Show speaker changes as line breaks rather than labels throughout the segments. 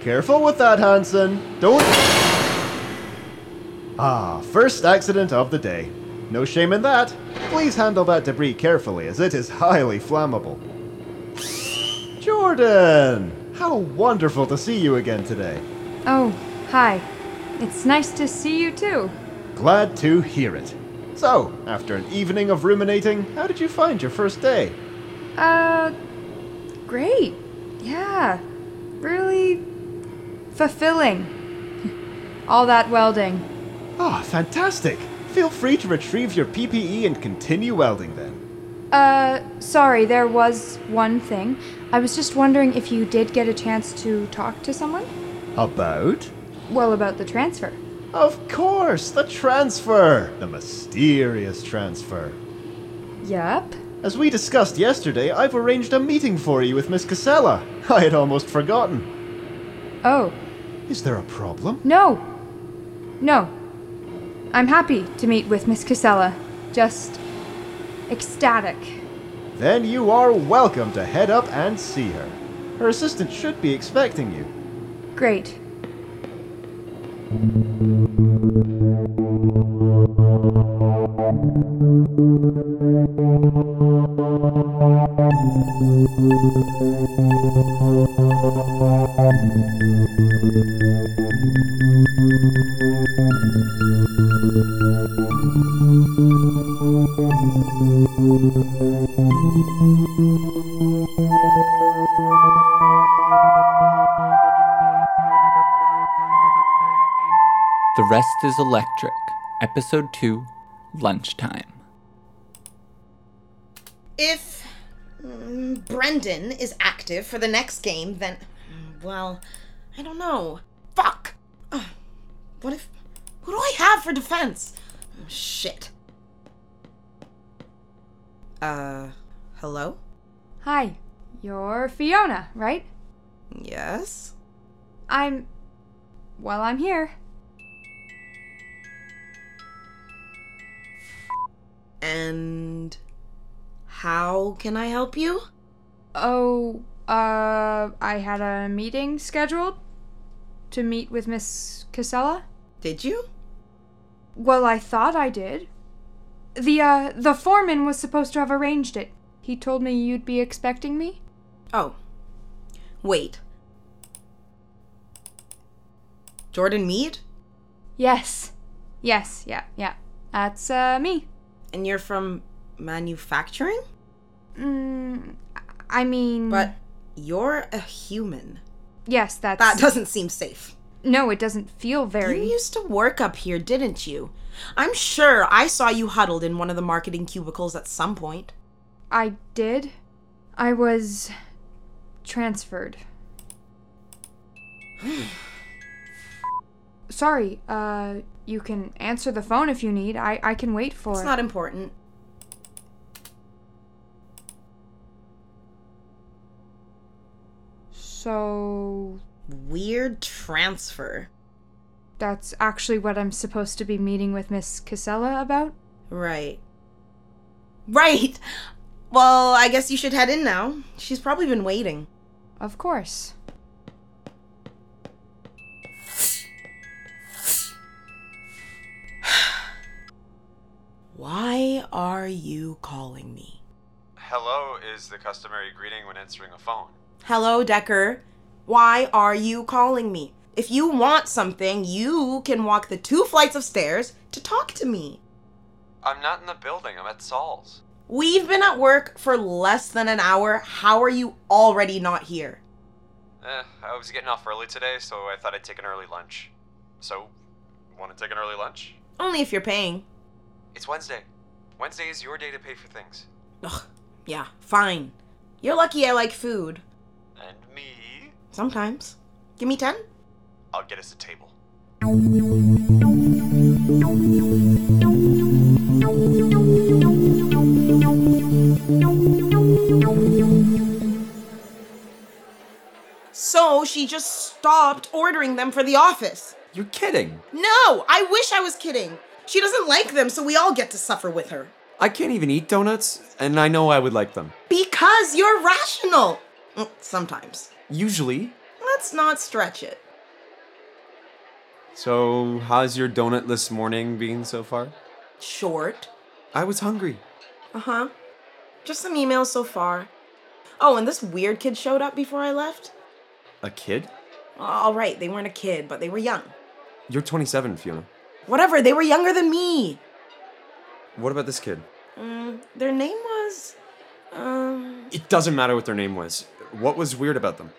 Careful with that, Hanson. Don't. Ah, first accident of the day. No shame in that. Please handle that debris carefully, as it is highly flammable. Jordan! How wonderful to see you again today.
Oh, hi. It's nice to see you too.
Glad to hear it. So, after an evening of ruminating, how did you find your first day?
Uh, great. Yeah. Really fulfilling. All that welding.
Ah, fantastic! Feel free to retrieve your PPE and continue welding then.
Uh, sorry, there was one thing. I was just wondering if you did get a chance to talk to someone?
About?
Well, about the transfer.
Of course, the transfer! The mysterious transfer.
Yup.
As we discussed yesterday, I've arranged a meeting for you with Miss Casella. I had almost forgotten.
Oh,
Is there a problem?
no. No. I'm happy to meet with Miss Casella. Just ecstatic.
Then you are welcome to head up and see her. Her assistant should be expecting you.
Great.
The Rest is Electric, Episode 2, Lunchtime.
If mm, Brendan is active for the next game, then. mm, Well, I don't know. Fuck! Ugh. What if. Who do I have for defense? Mm, Shit. Uh, hello?
Hi, you're Fiona, right?
Yes?
I'm. Well, I'm here.
And. How can I help you?
Oh, uh, I had a meeting scheduled to meet with Miss Casella.
Did you?
Well, I thought I did. The, uh, the foreman was supposed to have arranged it. He told me you'd be expecting me.
Oh. Wait. Jordan Mead?
Yes. Yes, yeah, yeah. That's, uh, me.
And you're from manufacturing?
Mm, I mean.
But you're a human.
Yes, that's.
That doesn't seem safe.
no, it doesn't feel very.
You used to work up here, didn't you? I'm sure I saw you huddled in one of the marketing cubicles at some point.
I did. I was transferred. Sorry, uh, you can answer the phone if you need. I, I can wait for
It's not important.
So,
Weird transfer.
that's actually what I'm supposed to be meeting with Miss Casella about?
Right. Right! Well, I guess you should head in now. She's probably been waiting.
Of course.
Why are you calling me?
Hello is the customary greeting when answering a phone.
Hello, Decker. Why are you calling me? If you want something, you can walk the two flights of stairs to talk to me.
I'm not in the building, I'm at Saul's.
We've been at work for less than an hour. How are you already not here?
Eh, I was getting off early today, so I thought I'd take an early lunch. So, want to take an early lunch?
Only if you're paying.
It's Wednesday. Wednesday is your day to pay for things.
Ugh, yeah, fine. You're lucky I like food.
And me?
Sometimes. Give me 10?
I'll get us a table.
So she just stopped ordering them for the office.
You're kidding!
No, I wish I was kidding. She doesn't like them, so we all get to suffer with her.
I can't even eat donuts, and I know I would like them.
Because you're rational. Mm, Sometimes.
Usually,
Well, Let's not stretch it.
So, how's your donutless morning been so far?
Short.
I was hungry.
Uh huh. Just some emails so far. Oh, and this weird kid showed up before I left.
A kid?
All right, they weren't a kid, but they were young.
You're 27, Fiona.
Whatever, they were younger than me.
What about this kid?
Mm, their name was. Um.
It doesn't matter what their name was. What was weird about them?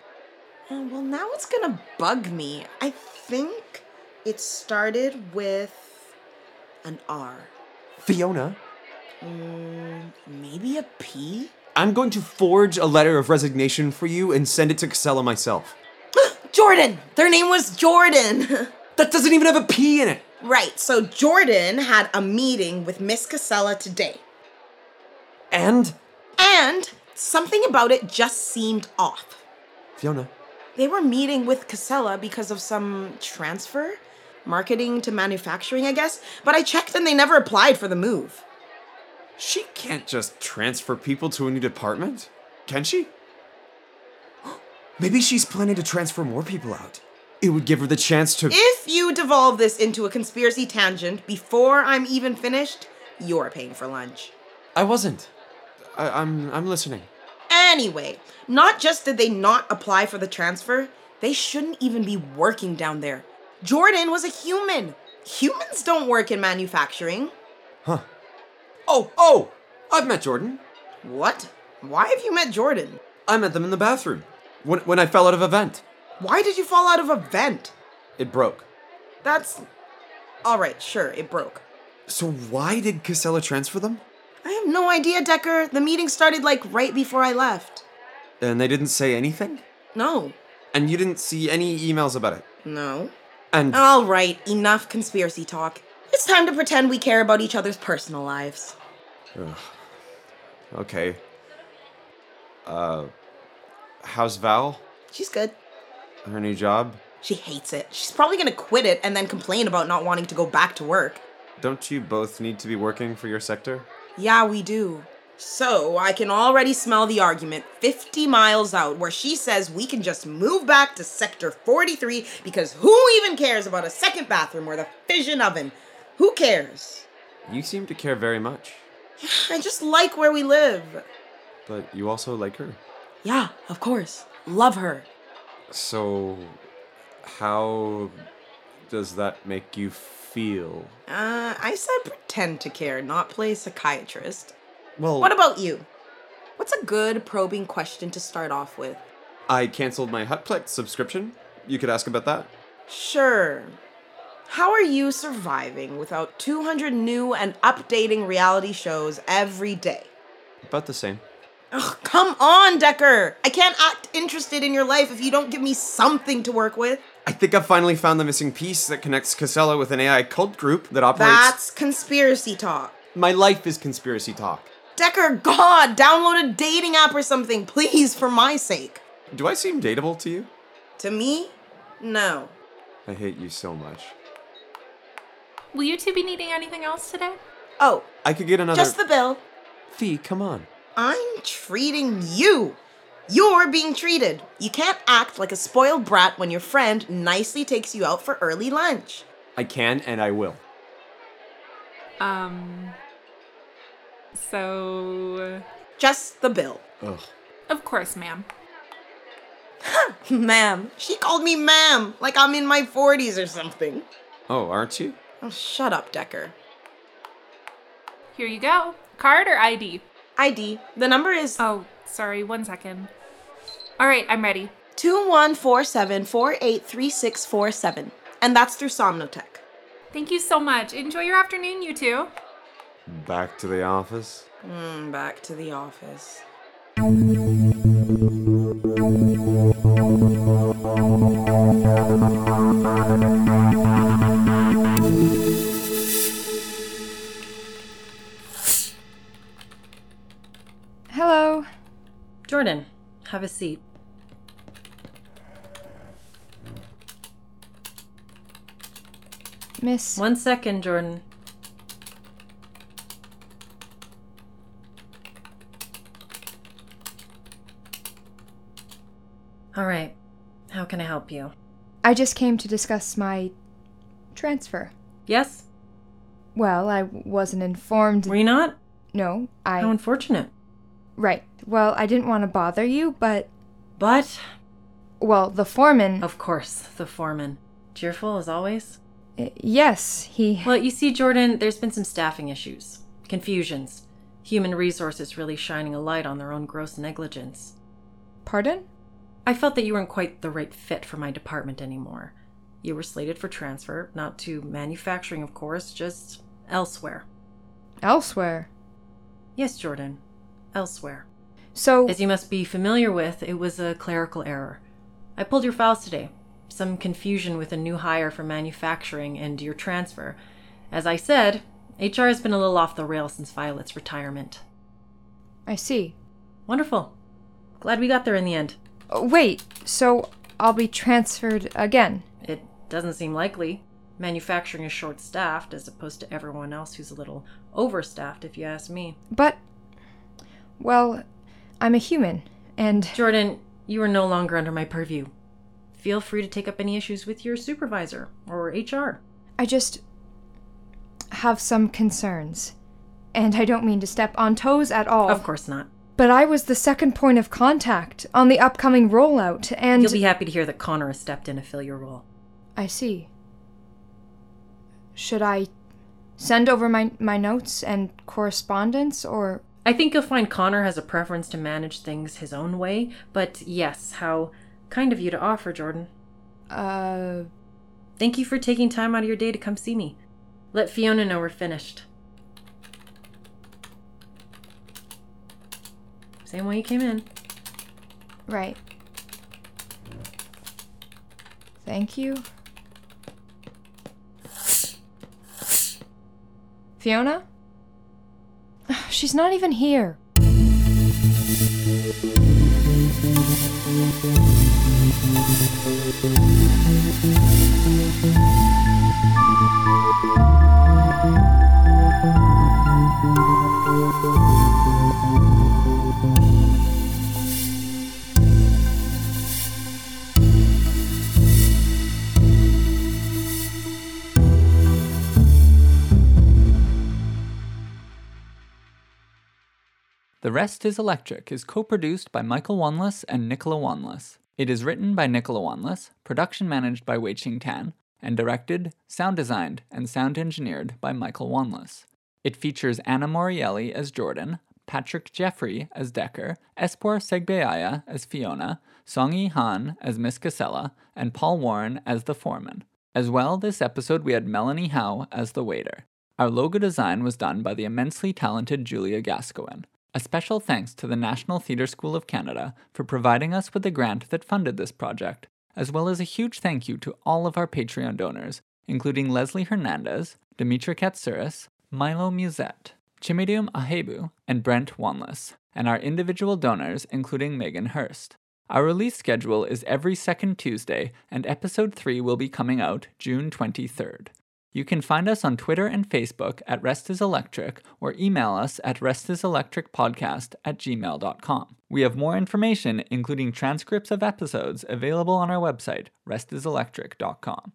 uh, Well, now it's gonna bug me. I think it started with an R.
Fiona,
Mm, maybe a P?
I'm going to forge a letter of resignation for you and send it to Casella myself.
Jordan! Their name was Jordan!
That doesn't even have a P in it!
right, so Jordan had a meeting with Miss Casella today.
And?
And something about it just seemed off.
Fiona,
They were meeting with Casella because of some transfer? Marketing to manufacturing, I guess. But I checked and they never applied for the move.
she can't just transfer people to a new department, can she? Maybe she's planning to transfer more people out. It would give her the chance to.
If you devolve this into a conspiracy tangent before I'm even finished, you're paying for lunch.
I wasn't. I, I'm, I'm listening.
Anyway, not just did they not apply for the transfer, they shouldn't even be working down there. Jordan was a human. Humans don't work in manufacturing.
Huh. Oh, oh! I've met Jordan.
What? Why have you met Jordan?
I met them in the bathroom. When, when I fell out of a vent,
Why did you fall out of a vent?
it broke.
That's. Alright, sure, it broke.
So why did Casella transfer them?
I have no idea, Decker. The meeting started like right before I left.
And they didn't say anything?
No.
And you didn't see any emails about it?
No.
And
Uh. Alright, enough conspiracy talk. It's time to pretend we care about each other's personal lives.
okay. Uh how's Val?
She's good.
Her new job?
She hates it. She's probably gonna quit it and then complain about not wanting to go back to work.
Don't you both need to be working for your sector?
Yeah, we do. So, I can already smell the argument 50 miles out where she says we can just move back to Sector 43 because who even cares about a second bathroom or the fission oven? Who cares?
You seem to care very much,
I just like where we live.
but you also like her.
Yeah, of course. Love her.
So how does that make you feel?
Uh, I said pretend to care, not play psychiatrist.
Well,
What about you? What's a good probing question to start off with?
I canceled my Hutplex subscription. You could ask about that.
Sure. How are you surviving without 200 new and updating reality shows every day?
About the same.
Ugh, come on, Decker! I can't act interested in your life if you don't give me something to work with.
I think I've finally found the missing piece that connects Casella with an AI cult group that operates.
That's conspiracy talk.
My life is conspiracy talk.
Decker, God, download a dating app or something, please, for my sake.
Do I seem dateable to you?
To me, no.
I hate you so much.
Will you two be needing anything else today?
Oh,
I could get another.
just the bill.
fee. Come on.
I'm treating you. You're being treated. You can't act like a spoiled brat when your friend nicely takes you out for early lunch.
I can and I will.
Um. So.
Just the bill.
Ugh.
Of course, ma'am.
ma'am. She called me ma'am, like I'm in my 40s or something.
Oh, aren't you?
Oh, shut up, Decker.
Here you go. Card or ID?
ID. The number is
Oh, sorry, one second. All right, I'm ready.
2147483647. And that's through Somnotech.
Thank you so much. Enjoy your afternoon, you two.
Back to the office.
Mm, back to the office.
Hello.
Jordan, have a seat.
Miss.
One second, Jordan. All right. How can I help you?
I just came to discuss my transfer.
Yes?
Well, I wasn't informed.
Were you not?
no, I.
How unfortunate.
Right. Well, I didn't want to bother you, but.
But,
Well, the foreman.
of course, the foreman. Cheerful as always.
Uh, Yes, he.
Well, you see, Jordan, there's been some staffing issues, confusions, human resources really shining a light on their own gross negligence.
Pardon?
I felt that you weren't quite the right fit for my department anymore. You were slated for transfer, not to manufacturing, of course, just elsewhere.
Elsewhere.
Yes, Jordan, elsewhere.
So.
As you must be familiar with, it was a clerical error. I pulled your files today. Some confusion with a new hire for manufacturing and your transfer. As I said, HR has been a little off the rail since Violet's retirement.
I see.
Wonderful. Glad we got there in the end.
Oh, wait, so I'll be transferred again.
It doesn't seem likely. Manufacturing is short staffed as opposed to everyone else who's a little overstaffed, if you ask me.
But. Well, I'm a human, and.
Jordan, you are no longer under my purview. Feel free to take up any issues with your supervisor or HR.
I just have some concerns. And I don't mean to step on toes at all.
Of course not.
But I was the second point of contact on the upcoming rollout, and.
You'll be happy to hear that Connor has stepped in to fill your role.
I see. Should I send over my, my notes and correspondence, or.
I think you'll find Connor has a preference to manage things his own way, but yes, how kind of you to offer, Jordan.
Uh.
Thank you for taking time out of your day to come see me. Let Fiona know we're finished. Same way you came in.
Right. Thank you. Fiona? She's not even here.
The Rest is Electric is co produced by Michael Wanless and Nicola Wanless. It is written by Nicola Wanless, production managed by Wei Ching Tan, and directed, sound designed, and sound engineered by Michael Wanless. It features Anna Morielli as Jordan, Patrick Jeffrey as Decker, Espor Segbeaya as Fiona, Songy Han as Miss Casella, and Paul Warren as the foreman. As well, this episode we had Melanie Howe as the waiter. Our logo design was done by the immensely talented Julia Gascoigne. A special thanks to the National Theatre School of Canada for providing us with the grant that funded this project, as well as a huge thank you to all of our Patreon donors, including Leslie Hernandez, Dimitra Katsouris, Milo Musette, Chimidium Ahebu, and Brent Wanless, and our individual donors, including Megan Hurst. Our release schedule is every second Tuesday, and episode 3 will be coming out June 23rd. You can find us on Twitter and Facebook at Rest is Electric or email us at restiselectricpodcast at gmail.com. We have more information, including transcripts of episodes, available on our website, restiselectric.com.